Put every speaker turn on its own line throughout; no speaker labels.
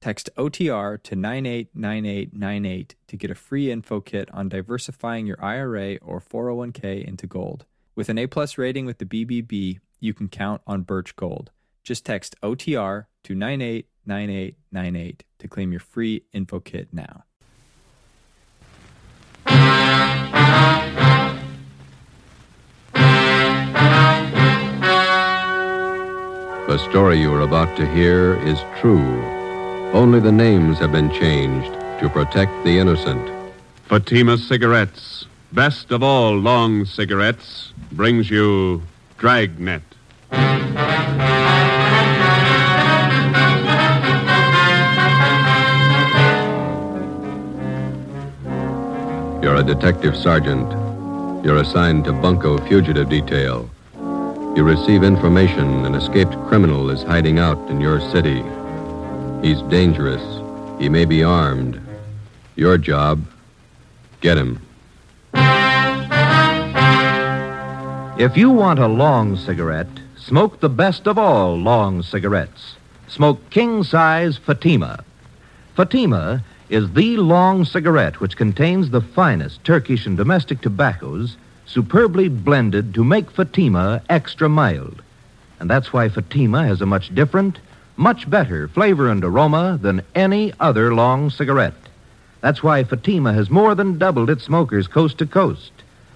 Text OTR to 989898 to get a free info kit on diversifying your IRA or 401k into gold. With an A-plus rating with the BBB, you can count on Birch Gold. Just text OTR to 989898 to claim your free info kit now.
The story you are about to hear is true. Only the names have been changed to protect the innocent.
Fatima Cigarettes, best of all long cigarettes, brings you Dragnet.
You're a detective sergeant. You're assigned to Bunko Fugitive Detail. You receive information an escaped criminal is hiding out in your city. He's dangerous. He may be armed. Your job, get him.
If you want a long cigarette, smoke the best of all long cigarettes. Smoke king size Fatima. Fatima is the long cigarette which contains the finest Turkish and domestic tobaccos, superbly blended to make Fatima extra mild. And that's why Fatima has a much different, much better flavor and aroma than any other long cigarette. That's why Fatima has more than doubled its smokers coast to coast.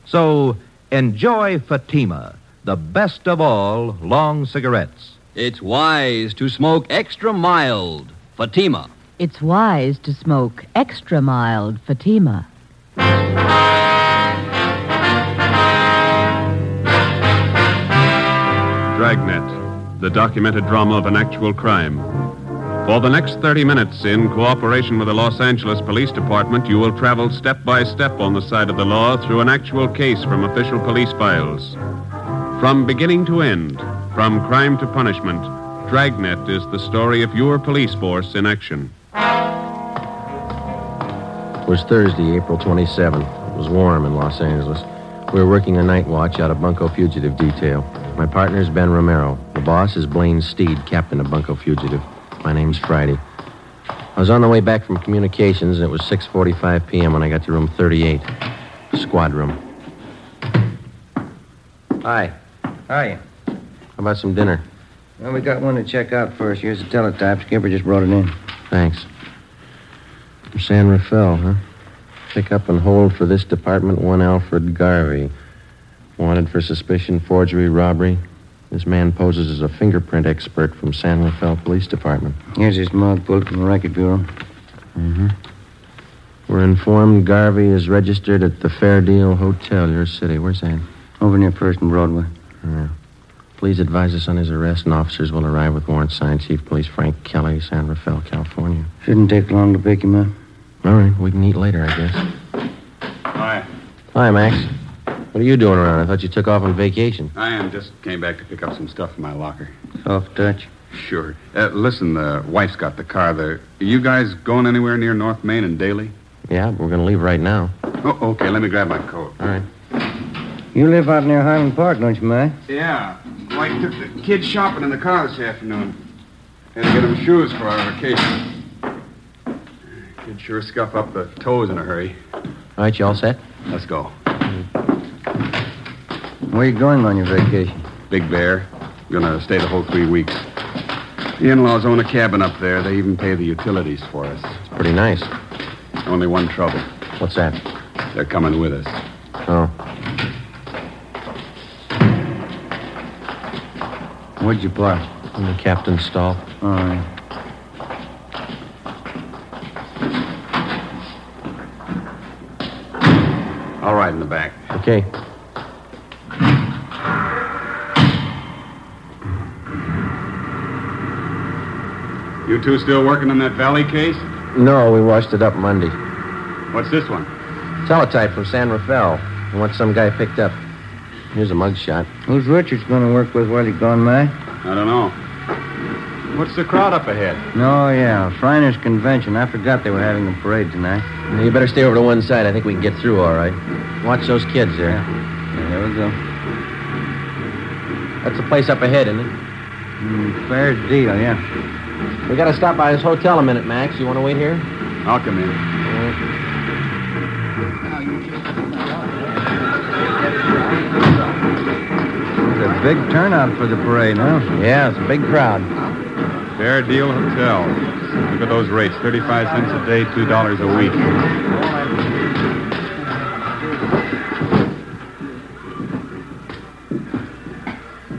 So enjoy Fatima, the best of all long cigarettes.
It's wise to smoke extra mild. Fatima.
It's wise to smoke extra mild Fatima.
Dragnet, the documented drama of an actual crime. For the next 30 minutes, in cooperation with the Los Angeles Police Department, you will travel step by step on the side of the law through an actual case from official police files. From beginning to end, from crime to punishment, Dragnet is the story of your police force in action.
It was Thursday, April 27th. It was warm in Los Angeles. We were working a night watch out of Bunko Fugitive Detail. My partner's Ben Romero. The boss is Blaine Steed, captain of Bunko Fugitive. My name's Friday. I was on the way back from communications, and it was 6.45 p.m. when I got to room 38, squad room.
Hi. Hi.
How about some dinner?
Well, we got one to check out first. Here's the teletype. Skipper just brought it in.
Thanks. From San Rafael, huh? Pick up and hold for this department one Alfred Garvey. Wanted for suspicion, forgery, robbery. This man poses as a fingerprint expert from San Rafael Police Department. Mm-hmm.
Here's his mug pulled from the record bureau.
We're informed Garvey is registered at the Fair Deal Hotel, your city. Where's that?
Over near First and Broadway.
Please advise us on his arrest, and officers will arrive with warrant signed Chief Police Frank Kelly, San Rafael, California.
Shouldn't take long to pick him up.
All right, we can eat later, I guess.
Hi.
Hi, Max. What are you doing around? I thought you took off on vacation.
I am just came back to pick up some stuff from my locker.
Soft touch.
Sure. Uh, listen, the wife's got the car there. You guys going anywhere near North Main and Daly?
Yeah, but we're going to leave right now.
Oh, okay. Let me grab my coat.
All right.
You live out near Highland Park, don't you, Mike?
Yeah. Mike took the kids shopping in the car this afternoon. Had to get them shoes for our vacation. Kid sure scuff up the toes in a hurry.
All right, you all set?
Let's go.
Where you going on your vacation?
Big Bear. Gonna stay the whole three weeks. The in-laws own a cabin up there. They even pay the utilities for us.
It's pretty nice.
Only one trouble.
What's that?
They're coming with us.
Oh,
Where'd you park?
in the captain's stall.
All right.
All right, in the back.
Okay.
You two still working on that Valley case?
No, we washed it up Monday.
What's this one?
Teletype from San Rafael. What some guy picked up. Here's a mugshot.
Who's Richards going to work with while you're gone, May?
I don't know. What's the crowd up ahead?
No, yeah, Friner's convention. I forgot they were having a parade tonight.
You better stay over to one side. I think we can get through all right. Watch those kids there.
Yeah, there we go.
That's the place up ahead, isn't it?
Mm, fair deal, yeah.
We gotta stop by this hotel a minute, Max. You wanna wait here?
I'll come in.
It's a big turnout for the parade, huh?
Yeah, it's a big crowd.
Fair Deal Hotel. Look at those rates 35 cents a day, $2 a week.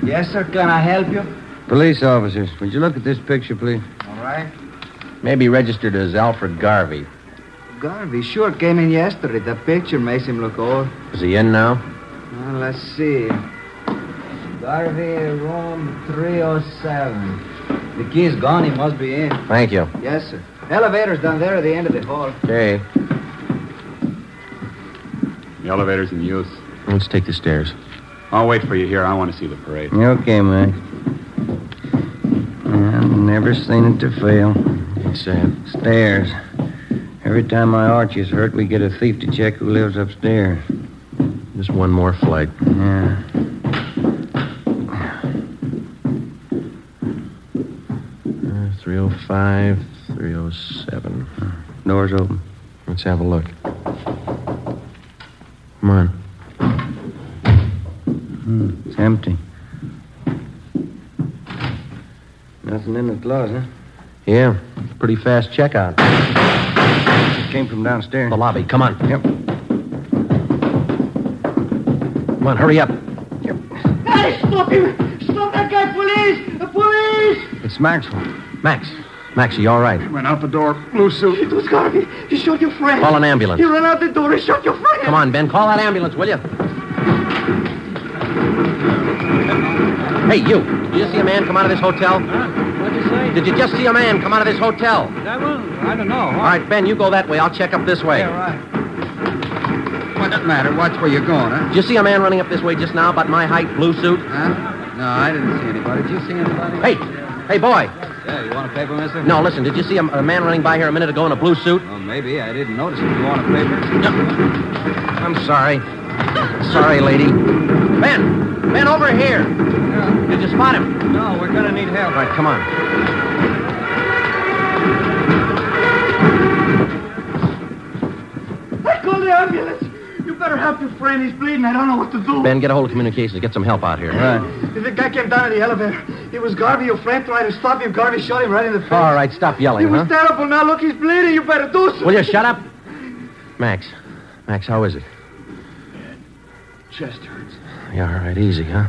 Yes, sir. Can I help you?
Police officers, would you look at this picture, please?
All right.
Maybe registered as Alfred Garvey.
Garvey sure came in yesterday. The picture makes him look old.
Is he in now?
Well, let's see. Garvey, room 307. The key's gone. He must be in.
Thank you.
Yes, sir. Elevator's down there at the end of the hall.
Okay.
The elevator's in use.
Let's take the stairs.
I'll wait for you here. I want to see the parade.
Okay, Max. Yeah, I've never seen it to fail.
It's uh, sad.
Stairs. Every time my arch is hurt, we get a thief to check who lives upstairs.
Just one more flight.
Yeah.
Uh, 305, 307.
Door's open.
Let's have a look. Come on.
Hmm, It's empty. Nothing in the closet.
Yeah, pretty fast checkout.
It came from downstairs.
The lobby. Come on.
Yep.
Come on, hurry up.
Guys, stop him! Stop that guy, police! Police!
It's Maxwell.
Max. Max, are you all right?
Went out the door, blue suit.
It was Garvey. He shot your friend.
Call an ambulance.
He ran out the door. He shot your friend.
Come on, Ben. Call that ambulance, will you? Hey, you. Did you just see a man come out of this hotel?
What'd you say?
Did you just see a man come out of this hotel?
That one? I don't know.
All right, Ben, you go that way. I'll check up this way.
right.
What does it matter? Watch where you're going, huh?
Did you see a man running up this way just now about my height, blue suit?
Huh? No, I didn't see anybody. Did you see anybody?
Hey, hey, boy.
Yeah, you want a paper, mister?
No, listen, did you see a, a man running by here a minute ago in a blue suit?
Well, maybe. I didn't notice it. You want a paper?
I'm sorry. Sorry, lady. Ben! Ben, over here! Did you spot him?
No, we're going to need
All
help.
right, come on.
I called the ambulance. You better help your friend. He's bleeding. I don't know what to do.
Ben, get a hold of communications. Get some help out here.
Right.
The guy came down in the elevator. It was Garvey. Your friend tried to stop him. Garvey shot him right in the face.
All right, stop yelling,
It was
huh?
terrible. Now look, he's bleeding. You better do something.
Will you shut up? Max. Max, how is it?
Chest hurts.
Yeah, all right, easy, huh?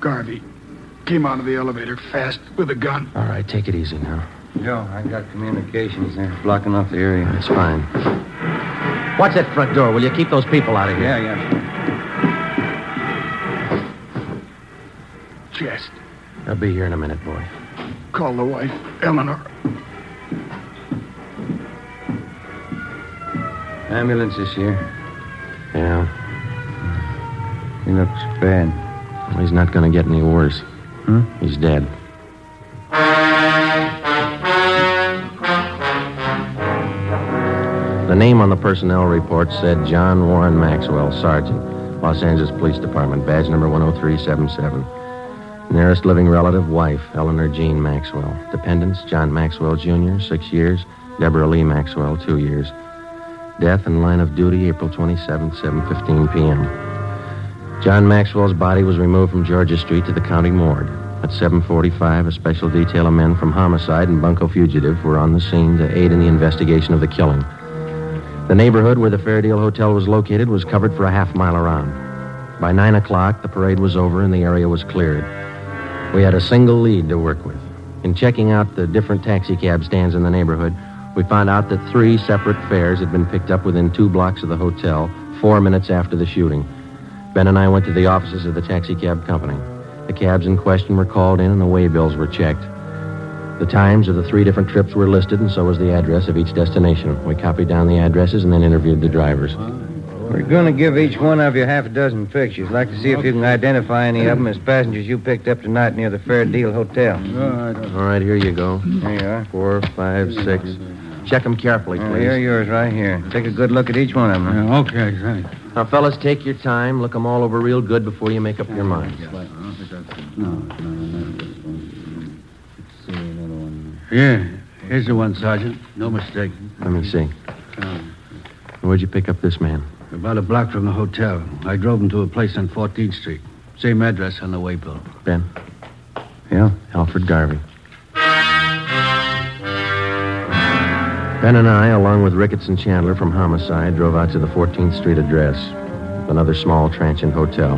Garvey came out of the elevator fast with a gun.
All right, take it easy now.
Joe, I got communications there blocking off the area.
It's fine. Watch that front door, will you? Keep those people out of here.
Yeah, yeah.
Chest.
I'll be here in a minute, boy.
Call the wife, Eleanor.
Ambulance is here.
Yeah,
He looks bad.
well, he's not going to get any worse.
Hmm?
He's dead. The name on the personnel report said John Warren Maxwell, Sergeant, Los Angeles Police Department, badge number 10377. Nearest living relative, wife, Eleanor Jean Maxwell. Dependents, John Maxwell Jr., six years. Deborah Lee Maxwell, two years. Death in line of duty, April 27, 7.15 p.m. John Maxwell's body was removed from Georgia Street to the county morgue. At 7.45, a special detail of men from Homicide and Bunco Fugitive were on the scene to aid in the investigation of the killing. The neighborhood where the Fairdeal Hotel was located was covered for a half mile around. By 9 o'clock, the parade was over and the area was cleared. We had a single lead to work with. In checking out the different taxicab stands in the neighborhood, we found out that three separate fares had been picked up within two blocks of the hotel four minutes after the shooting. Ben and I went to the offices of the taxicab company. The cabs in question were called in and the waybills were checked. The times of the three different trips were listed, and so was the address of each destination. We copied down the addresses and then interviewed the drivers.
We're going to give each one of you half a dozen pictures. Like to see if you can identify any of them as passengers you picked up tonight near the Fair Deal Hotel.
All right, here you go.
There you are.
Four, five, six. Check them carefully,
Uh,
please.
here are yours right here. Take a good look at each one of them. okay, thanks.
Now, fellas, take your time. Look them all over real good before you make up your minds.
Yeah, here's the one, Sergeant. No mistake.
Let me see. Where'd you pick up this man?
About a block from the hotel. I drove him to a place on 14th Street. Same address on the way bill.
Ben?
Yeah?
Alfred Garvey. Ben and I, along with Ricketts and Chandler from Homicide, drove out to the 14th Street address, another small transient hotel.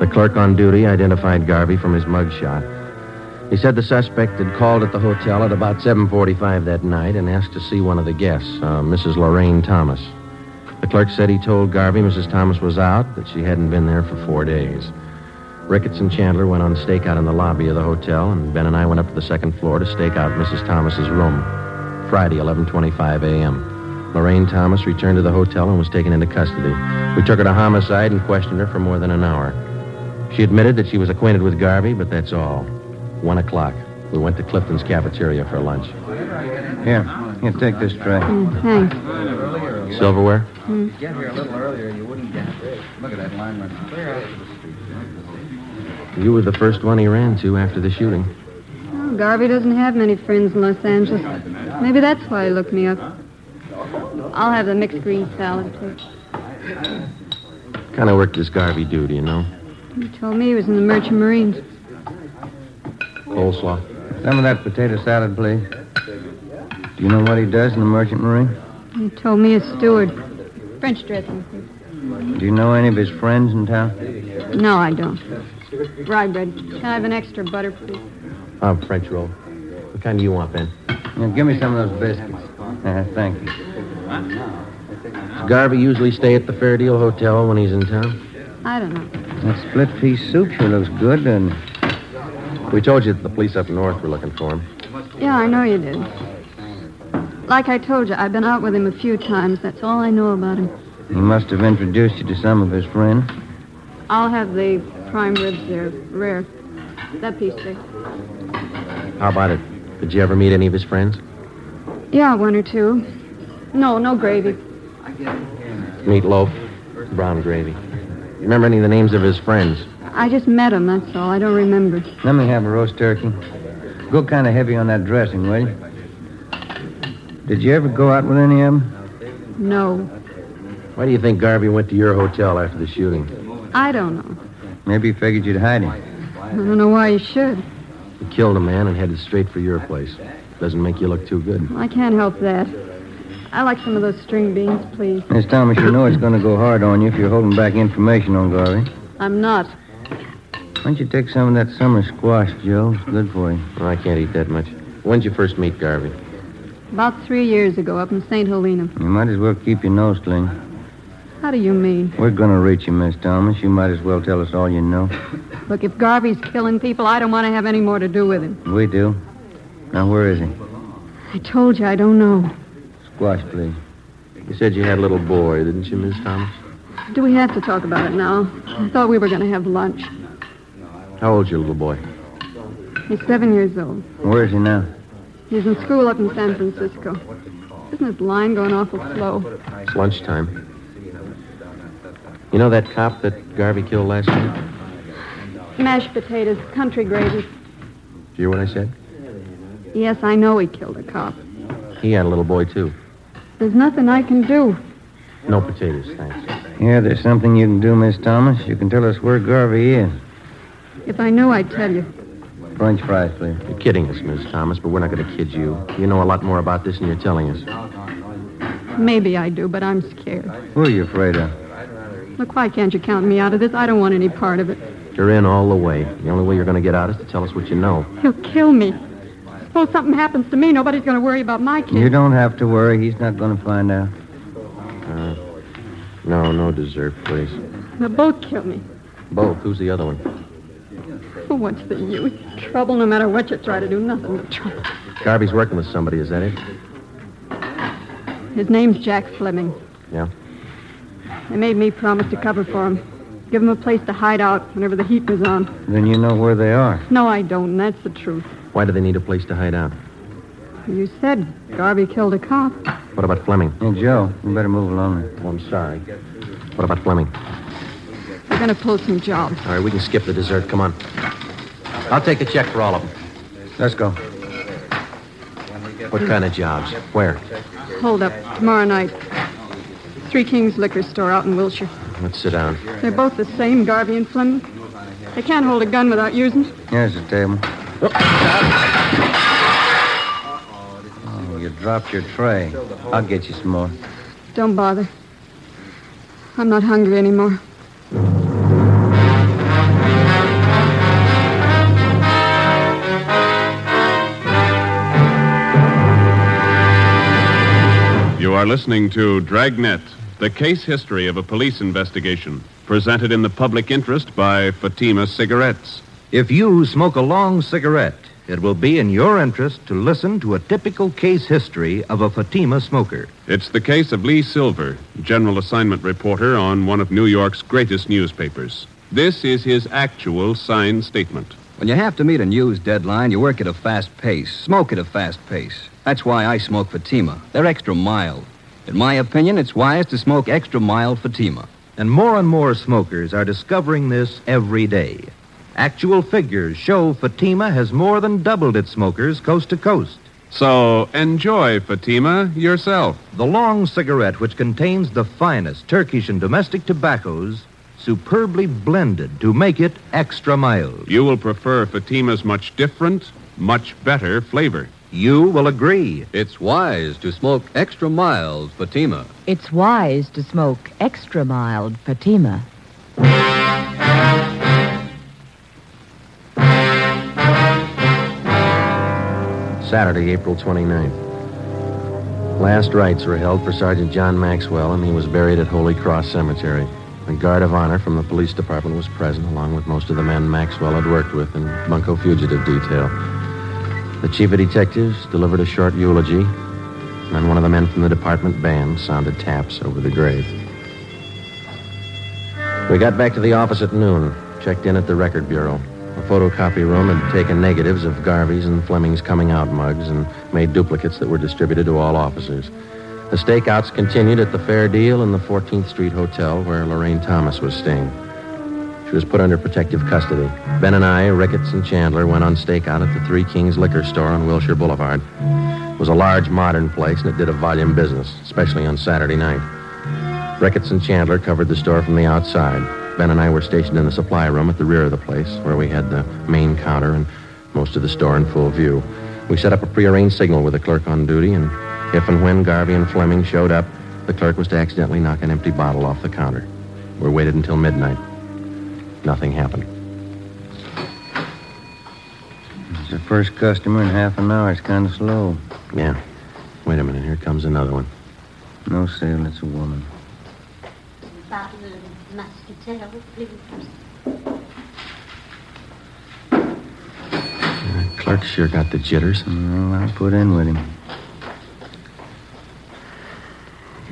The clerk on duty identified Garvey from his mugshot. He said the suspect had called at the hotel at about 7:45 that night and asked to see one of the guests, uh, Mrs. Lorraine Thomas. The clerk said he told Garvey Mrs. Thomas was out, that she hadn't been there for four days. Ricketts and Chandler went on stakeout in the lobby of the hotel, and Ben and I went up to the second floor to stake out Mrs. Thomas's room. Friday, 11:25 a.m. Lorraine Thomas returned to the hotel and was taken into custody. We took her to homicide and questioned her for more than an hour. She admitted that she was acquainted with Garvey, but that's all. One o'clock. We went to Clifton's cafeteria for lunch.
Here, you take this tray.
Thanks.
Mm-hmm. Silverware?
Mm.
Get here a little earlier, you wouldn't get this. Look at that line running clear out to the street.
You were the first one he ran to after the shooting.
Well, Garvey doesn't have many friends in Los Angeles. Maybe that's why he looked me up. I'll have the mixed green salad, please.
Kind of worked his Garvey duty, you know.
He told me he was in the Merchant Marines.
Coleslaw.
Some of that potato salad, please. Do you know what he does in the Merchant Marine?
He told me his steward. French dressing, please.
Do you know any of his friends in town?
No, I don't. Rye bread. Can I have an extra butter, please?
Uh, French roll. What kind do you want, Ben?
Now, give me some of those biscuits. Uh, thank you.
Does Garvey usually stay at the Fair Deal Hotel when he's in town?
I don't know.
That split pea soup sure looks good, doesn't it?
We told you that the police up north were looking for him.
Yeah, I know you did. Like I told you, I've been out with him a few times. That's all I know about him.
He must have introduced you to some of his friends.
I'll have the prime ribs there, rare. That piece there.
How about it? Did you ever meet any of his friends?
Yeah, one or two. No, no gravy.
Meatloaf, brown gravy. Remember any of the names of his friends?
I just met him, that's all. I don't remember.
Let me have a roast turkey. Go kind of heavy on that dressing, will you? Did you ever go out with any of them?
No,
Why do you think Garvey went to your hotel after the shooting?
I don't know.
Maybe he figured you'd hide him.
I don't know why you should.
He killed a man and headed straight for your place. Doesn't make you look too good.
I can't help that. I like some of those string beans, please.
Miss Thomas, you know it's going to go hard on you if you're holding back information on Garvey.
I'm not.
Why don't you take some of that summer squash, Joe? It's good for you.
Well, I can't eat that much. When'd you first meet Garvey?
About three years ago, up in St. Helena.
You might as well keep your nose clean.
How do you mean?
We're going to reach you, Miss Thomas. You might as well tell us all you know.
Look, if Garvey's killing people, I don't want to have any more to do with him.
We do. Now, where is he?
I told you, I don't know.
Squash, please.
You said you had a little boy, didn't you, Miss Thomas?
Do we have to talk about it now? I thought we were going to have lunch.
How old's your little boy?
He's seven years old.
Where is he now?
He's in school up in San Francisco. Isn't his line going awful slow?
It's lunchtime. You know that cop that Garvey killed last night?
Mashed potatoes, country gravy.
Did you hear what I said?
Yes, I know he killed a cop.
He had a little boy, too.
There's nothing I can do.
No potatoes, thanks.
Yeah, there's something you can do, Miss Thomas. You can tell us where Garvey is.
If I knew, I'd tell you.
French fries, please.
You're kidding us, Miss Thomas, but we're not going to kid you. You know a lot more about this than you're telling us.
Maybe I do, but I'm scared.
Who are you afraid of?
Look, why can't you count me out of this? I don't want any part of it.
You're in all the way. The only way you're going to get out is to tell us what you know.
He'll kill me. Suppose something happens to me, nobody's going to worry about my kid.
You don't have to worry. He's not going to find out.
Uh, no, no dessert, please.
They'll both kill me.
Both. Who's the other one?
What's the use? Trouble, no matter what you try to do, nothing but trouble.
Garvey's working with somebody, is that it?
His name's Jack Fleming.
Yeah.
They made me promise to cover for him, give him a place to hide out whenever the heat was on.
Then you know where they are.
No, I don't. and That's the truth.
Why do they need a place to hide out?
You said Garvey killed a cop.
What about Fleming?
Hey, Joe, you better move along.
Oh, I'm sorry. What about Fleming?
We're gonna pull some jobs.
All right, we can skip the dessert. Come on. I'll take the check for all of them.
Let's go.
What kind of jobs? Where?
Hold up tomorrow night. Three Kings Liquor Store out in Wilshire.
Let's sit down.
They're both the same, Garvey and Fleming. They can't hold a gun without using it.
Here's the table. Oh, you dropped your tray. I'll get you some more.
Don't bother. I'm not hungry anymore.
You are listening to Dragnet, the case history of a police investigation, presented in the public interest by Fatima Cigarettes.
If you smoke a long cigarette, it will be in your interest to listen to a typical case history of a Fatima smoker.
It's the case of Lee Silver, general assignment reporter on one of New York's greatest newspapers. This is his actual signed statement.
When you have to meet a news deadline, you work at a fast pace, smoke at a fast pace. That's why I smoke Fatima. They're extra mild. In my opinion, it's wise to smoke extra mild Fatima.
And more and more smokers are discovering this every day. Actual figures show Fatima has more than doubled its smokers coast to coast.
So enjoy Fatima yourself.
The long cigarette, which contains the finest Turkish and domestic tobaccos, superbly blended to make it extra mild.
You will prefer Fatima's much different, much better flavor.
You will agree.
It's wise to smoke extra mild Fatima.
It's wise to smoke extra mild Fatima.
Saturday, April 29th. Last rites were held for Sergeant John Maxwell, and he was buried at Holy Cross Cemetery. A guard of honor from the police department was present, along with most of the men Maxwell had worked with in Bunko Fugitive Detail. The chief of detectives delivered a short eulogy, and then one of the men from the department band sounded taps over the grave. We got back to the office at noon, checked in at the record bureau. The photocopy room had taken negatives of Garvey's and Fleming's coming out mugs and made duplicates that were distributed to all officers. The stakeouts continued at the Fair Deal and the 14th Street Hotel where Lorraine Thomas was staying. She was put under protective custody. Ben and I, Ricketts and Chandler, went on stakeout at the Three Kings Liquor Store on Wilshire Boulevard. It was a large modern place and it did a volume business, especially on Saturday night. Ricketts and Chandler covered the store from the outside. Ben and I were stationed in the supply room at the rear of the place, where we had the main counter and most of the store in full view. We set up a prearranged signal with the clerk on duty, and if and when Garvey and Fleming showed up, the clerk was to accidentally knock an empty bottle off the counter. We waited until midnight. Nothing happened.
It's the first customer in half an hour. It's kind of slow.
Yeah. Wait a minute. Here comes another one.
No sale. It's a woman.
bottle of muscatel, please.
Clerk Uh, sure got the jitters.
Well, I'll put in with him.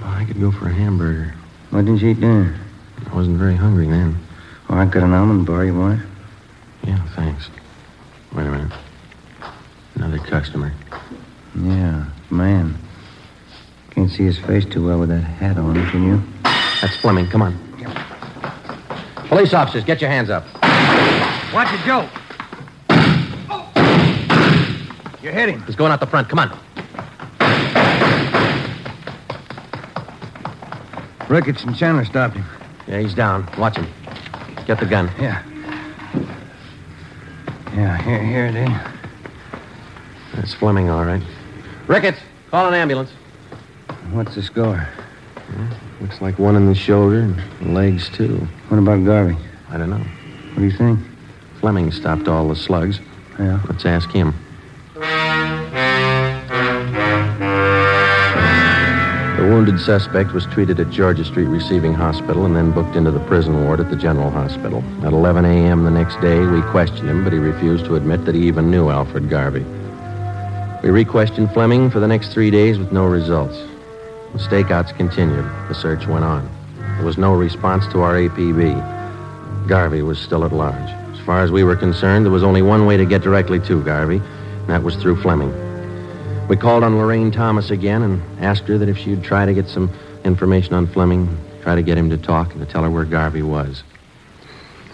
I could go for a hamburger.
What did you eat dinner?
I wasn't very hungry then.
Oh, I've got an almond bar. You want it?
Yeah, thanks. Wait a minute. Another customer.
Yeah, man. Can't see his face too well with that hat on, can you?
That's Fleming. Come on. Police officers, get your hands up.
Watch it, Joe. You hit him.
He's going out the front. Come on.
Ricketts and Chandler stopped him.
Yeah, he's down. Watch him. Get the gun.
Yeah. Yeah, here, here it is.
That's Fleming, all right. Ricketts, call an ambulance.
What's the score?
Looks like one in the shoulder and legs, too.
What about Garvey?
I don't know.
What do you think?
Fleming stopped all the slugs.
Yeah.
Let's ask him. The wounded suspect was treated at Georgia Street Receiving Hospital and then booked into the prison ward at the General Hospital. At 11 a.m. the next day, we questioned him, but he refused to admit that he even knew Alfred Garvey. We re-questioned Fleming for the next three days with no results. The stakeouts continued. The search went on. There was no response to our APB. Garvey was still at large. As far as we were concerned, there was only one way to get directly to Garvey, and that was through Fleming. We called on Lorraine Thomas again and asked her that if she'd try to get some information on Fleming, try to get him to talk and to tell her where Garvey was.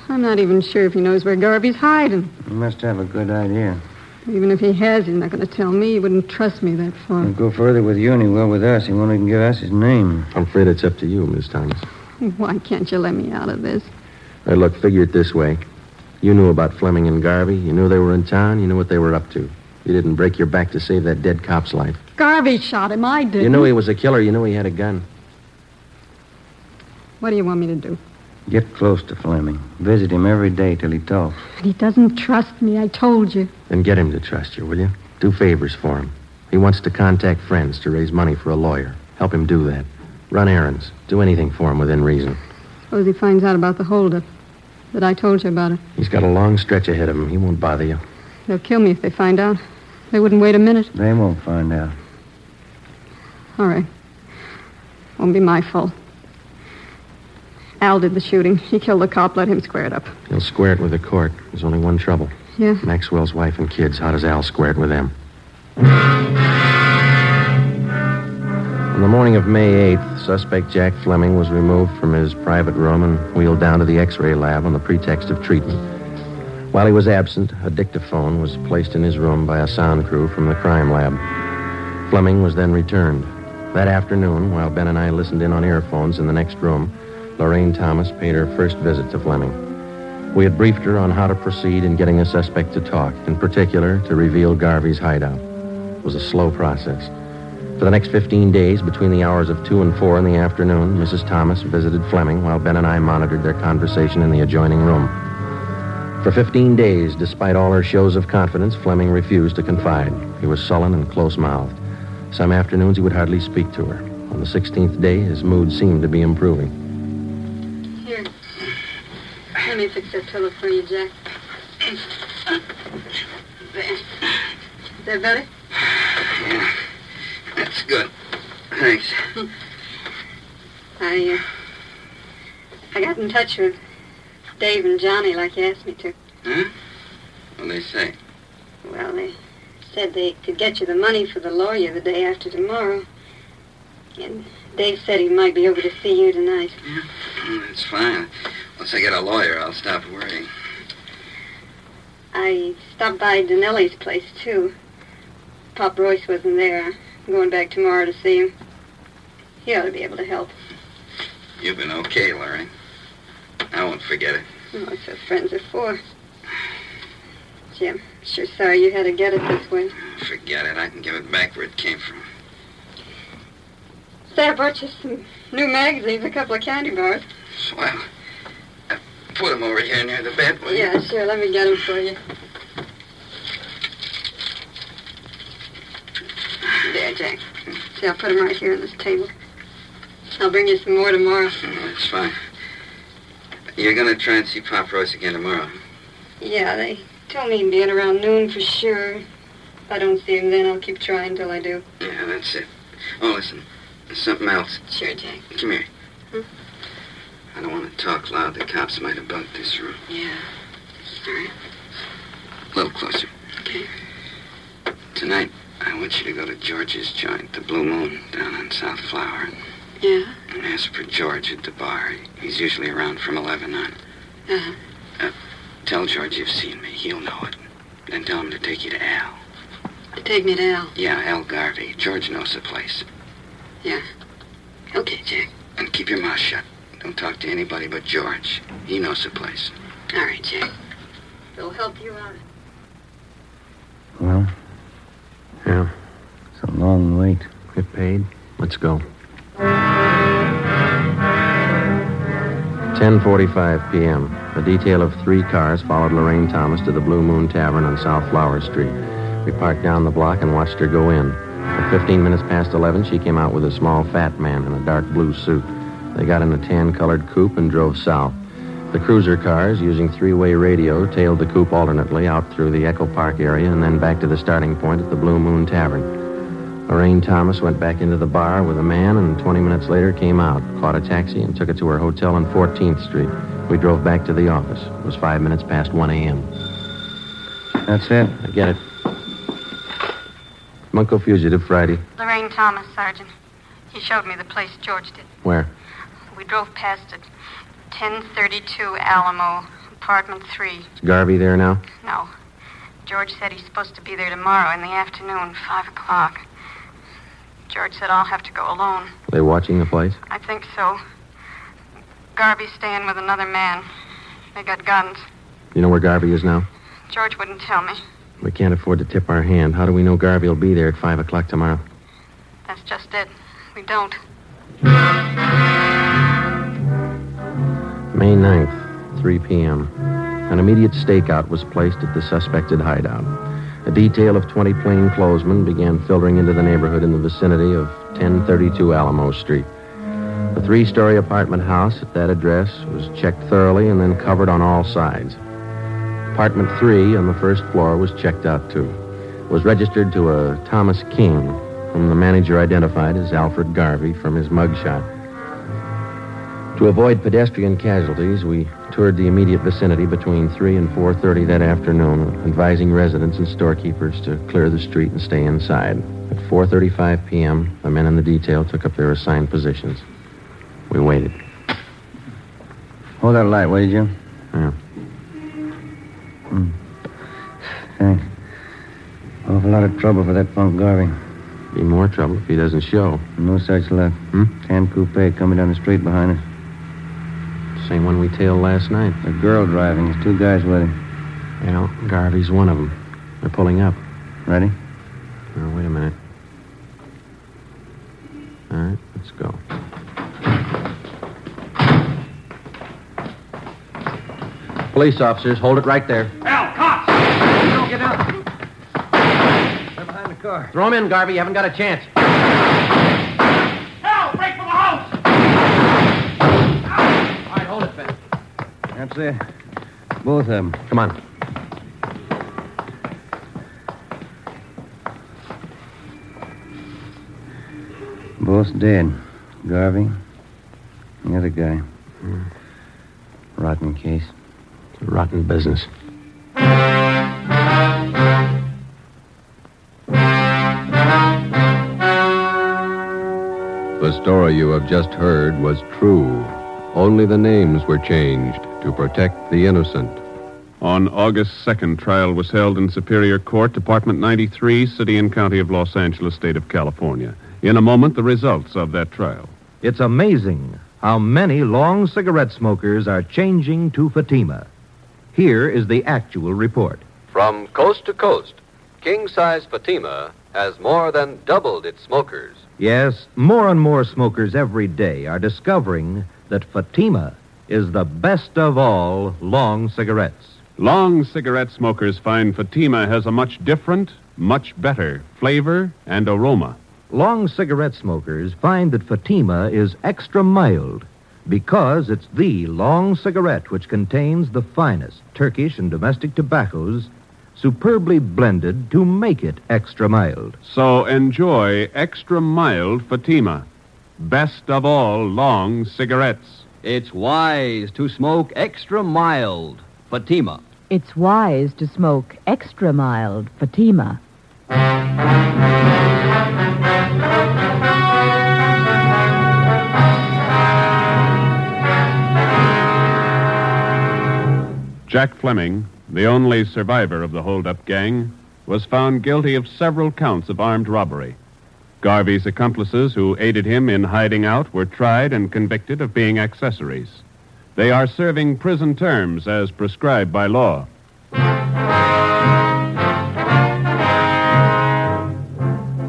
I'm not even sure if he knows where Garvey's hiding.
You must have a good idea.
Even if he has, he's not going to tell me. He wouldn't trust me that far.
He'll go further with you than he will with us. He won't even give us his name.
I'm afraid it's up to you, Miss Thomas. Hmm.
Why can't you let me out of this?
Hey, look, figure it this way. You knew about Fleming and Garvey. You knew they were in town. You knew what they were up to. You didn't break your back to save that dead cop's life.
Garvey shot him. I did.
You knew he was a killer. You knew he had a gun.
What do you want me to do?
Get close to Fleming. Visit him every day till he talks.
He doesn't trust me. I told you.
Then get him to trust you, will you? Do favors for him. He wants to contact friends to raise money for a lawyer. Help him do that. Run errands. Do anything for him within reason.
Suppose he finds out about the holdup. That I told you about it.
He's got a long stretch ahead of him. He won't bother you.
They'll kill me if they find out. They wouldn't wait a minute.
They won't find out.
All right. Won't be my fault. Al did the shooting. He killed the cop. Let him square it up.
He'll square it with the court. There's only one trouble.
Yeah.
Maxwell's wife and kids. How does Al square it with them? On the morning of May 8th, suspect Jack Fleming was removed from his private room and wheeled down to the x ray lab on the pretext of treatment. While he was absent, a dictaphone was placed in his room by a sound crew from the crime lab. Fleming was then returned. That afternoon, while Ben and I listened in on earphones in the next room, Lorraine Thomas paid her first visit to Fleming. We had briefed her on how to proceed in getting the suspect to talk, in particular, to reveal Garvey's hideout. It was a slow process. For the next 15 days, between the hours of 2 and 4 in the afternoon, Mrs. Thomas visited Fleming while Ben and I monitored their conversation in the adjoining room. For 15 days, despite all her shows of confidence, Fleming refused to confide. He was sullen and close mouthed. Some afternoons, he would hardly speak to her. On the 16th day, his mood seemed to be improving.
Here. Let me fix that pillow for you, Jack. There. Is that better?
That's good. Thanks.
I, uh, I got in touch with Dave and Johnny like you asked me to.
Huh? What they say?
Well, they said they could get you the money for the lawyer the day after tomorrow. And Dave said he might be over to see you tonight.
Mm, It's fine. Once I get a lawyer, I'll stop worrying.
I stopped by Danelli's place, too. Pop Royce wasn't there. I'm going back tomorrow to see him. He ought to be able to help.
You've been okay, Larry. I won't forget it.
Oh, that's what friends are for. Jim, sure sorry you had to get it this way.
Forget it. I can give it back where it came from.
Say, I bought you some new magazines, a couple of candy bars.
Swell. Uh, Put them over here near the bed, will you?
Yeah, sure. Let me get them for you. There, Jack. See, I'll put them right here on this table. I'll bring you some more tomorrow.
Mm, That's fine. You're going to try and see Pop Royce again tomorrow.
Yeah, they told me he'd be in around noon for sure. If I don't see him then, I'll keep trying till I do.
Yeah, that's it. Oh, listen. There's something else.
Sure, Jack.
Come here.
Hmm?
I don't want to talk loud. The cops might have bugged this room.
Yeah. Sorry.
A little closer.
Okay.
Tonight, I want you to go to George's joint, the Blue Moon, down on South Flower,
Yeah.
and ask for George at the bar. He's usually around from 11 on.
Uh-huh.
Tell George you've seen me. He'll know it. Then tell him to take you to Al.
Take me to Al.
Yeah, Al Garvey. George knows the place.
Yeah. Okay, Jack.
And keep your mouth shut. Don't talk to anybody but George. He knows the place.
All right, Jack. They'll help you out.
Well?
Yeah.
It's a long wait.
Get paid? Let's go. 10:45 p.m. A detail of three cars followed Lorraine Thomas to the Blue Moon Tavern on South Flower Street. We parked down the block and watched her go in. At 15 minutes past 11, she came out with a small fat man in a dark blue suit. They got in a tan-colored coupe and drove south. The cruiser cars, using three way radio, tailed the coupe alternately out through the Echo Park area and then back to the starting point at the Blue Moon Tavern. Lorraine Thomas went back into the bar with a man and 20 minutes later came out, caught a taxi, and took it to her hotel on 14th Street. We drove back to the office. It was five minutes past 1 a.m.
That's it?
I get it. Bunko Fugitive, Friday.
Lorraine Thomas, Sergeant. He showed me the place George did.
Where?
We drove past it. 1032 Alamo, apartment 3.
Is Garvey there now?
No. George said he's supposed to be there tomorrow in the afternoon, 5 o'clock. George said I'll have to go alone.
Are they watching the place?
I think so. Garvey's staying with another man. They got guns.
You know where Garvey is now?
George wouldn't tell me.
We can't afford to tip our hand. How do we know Garvey will be there at 5 o'clock tomorrow?
That's just it. We don't.
May 9th, 3 p.m. An immediate stakeout was placed at the suspected hideout. A detail of 20 plainclothesmen began filtering into the neighborhood in the vicinity of 1032 Alamo Street. The three story apartment house at that address was checked thoroughly and then covered on all sides. Apartment 3 on the first floor was checked out too. It was registered to a Thomas King, whom the manager identified as Alfred Garvey from his mugshot. To avoid pedestrian casualties, we toured the immediate vicinity between 3 and 4.30 that afternoon, advising residents and storekeepers to clear the street and stay inside. At 4.35 p.m., the men in the detail took up their assigned positions. We waited.
Hold that light, will you, Jim?
Yeah.
Mm. Thanks. Awful lot of trouble for that punk Garvey.
Be more trouble if he doesn't show.
No such luck.
Hmm?
Tan coupe coming down the street behind us.
Same one we tailed last night.
A girl driving. There's two guys with him.
Well, Garvey's one of them. They're pulling up.
Ready?
Now, Oh, wait a minute. All right, let's go. Police officers, hold it right there.
Al, cops! Don't get out.
They're behind the car.
Throw him in, Garvey. You haven't got a chance.
Al, break for the house!
All right, hold it, Ben.
That's it. Both of them.
Come on.
Both dead. Garvey. The other guy. Rotten case.
Hmm. Rotten business.
The story you have just heard was true. Only the names were changed to protect the innocent.
On August 2nd, trial was held in Superior Court, Department 93, City and County of Los Angeles, State of California. In a moment, the results of that trial.
It's amazing how many long cigarette smokers are changing to Fatima. Here is the actual report.
From coast to coast, king size Fatima has more than doubled its smokers.
Yes, more and more smokers every day are discovering that Fatima is the best of all long cigarettes.
Long cigarette smokers find Fatima has a much different, much better flavor and aroma.
Long cigarette smokers find that Fatima is extra mild because it's the long cigarette which contains the finest Turkish and domestic tobaccos superbly blended to make it extra mild.
So enjoy extra mild Fatima. Best of all, long cigarettes.
It's wise to smoke extra mild Fatima.
It's wise to smoke extra mild Fatima.
Jack Fleming, the only survivor of the holdup gang, was found guilty of several counts of armed robbery. Garvey's accomplices who aided him in hiding out were tried and convicted of being accessories. They are serving prison terms as prescribed by law.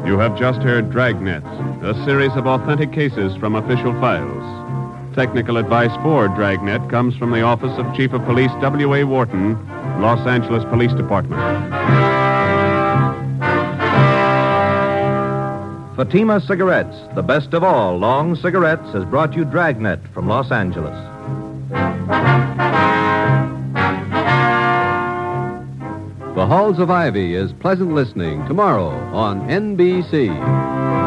You have just heard Dragnet, a series of authentic cases from official files. Technical advice for Dragnet comes from the office of Chief of Police W.A. Wharton, Los Angeles Police Department.
Fatima Cigarettes, the best of all long cigarettes, has brought you Dragnet from Los Angeles.
The Halls of Ivy is pleasant listening tomorrow on NBC.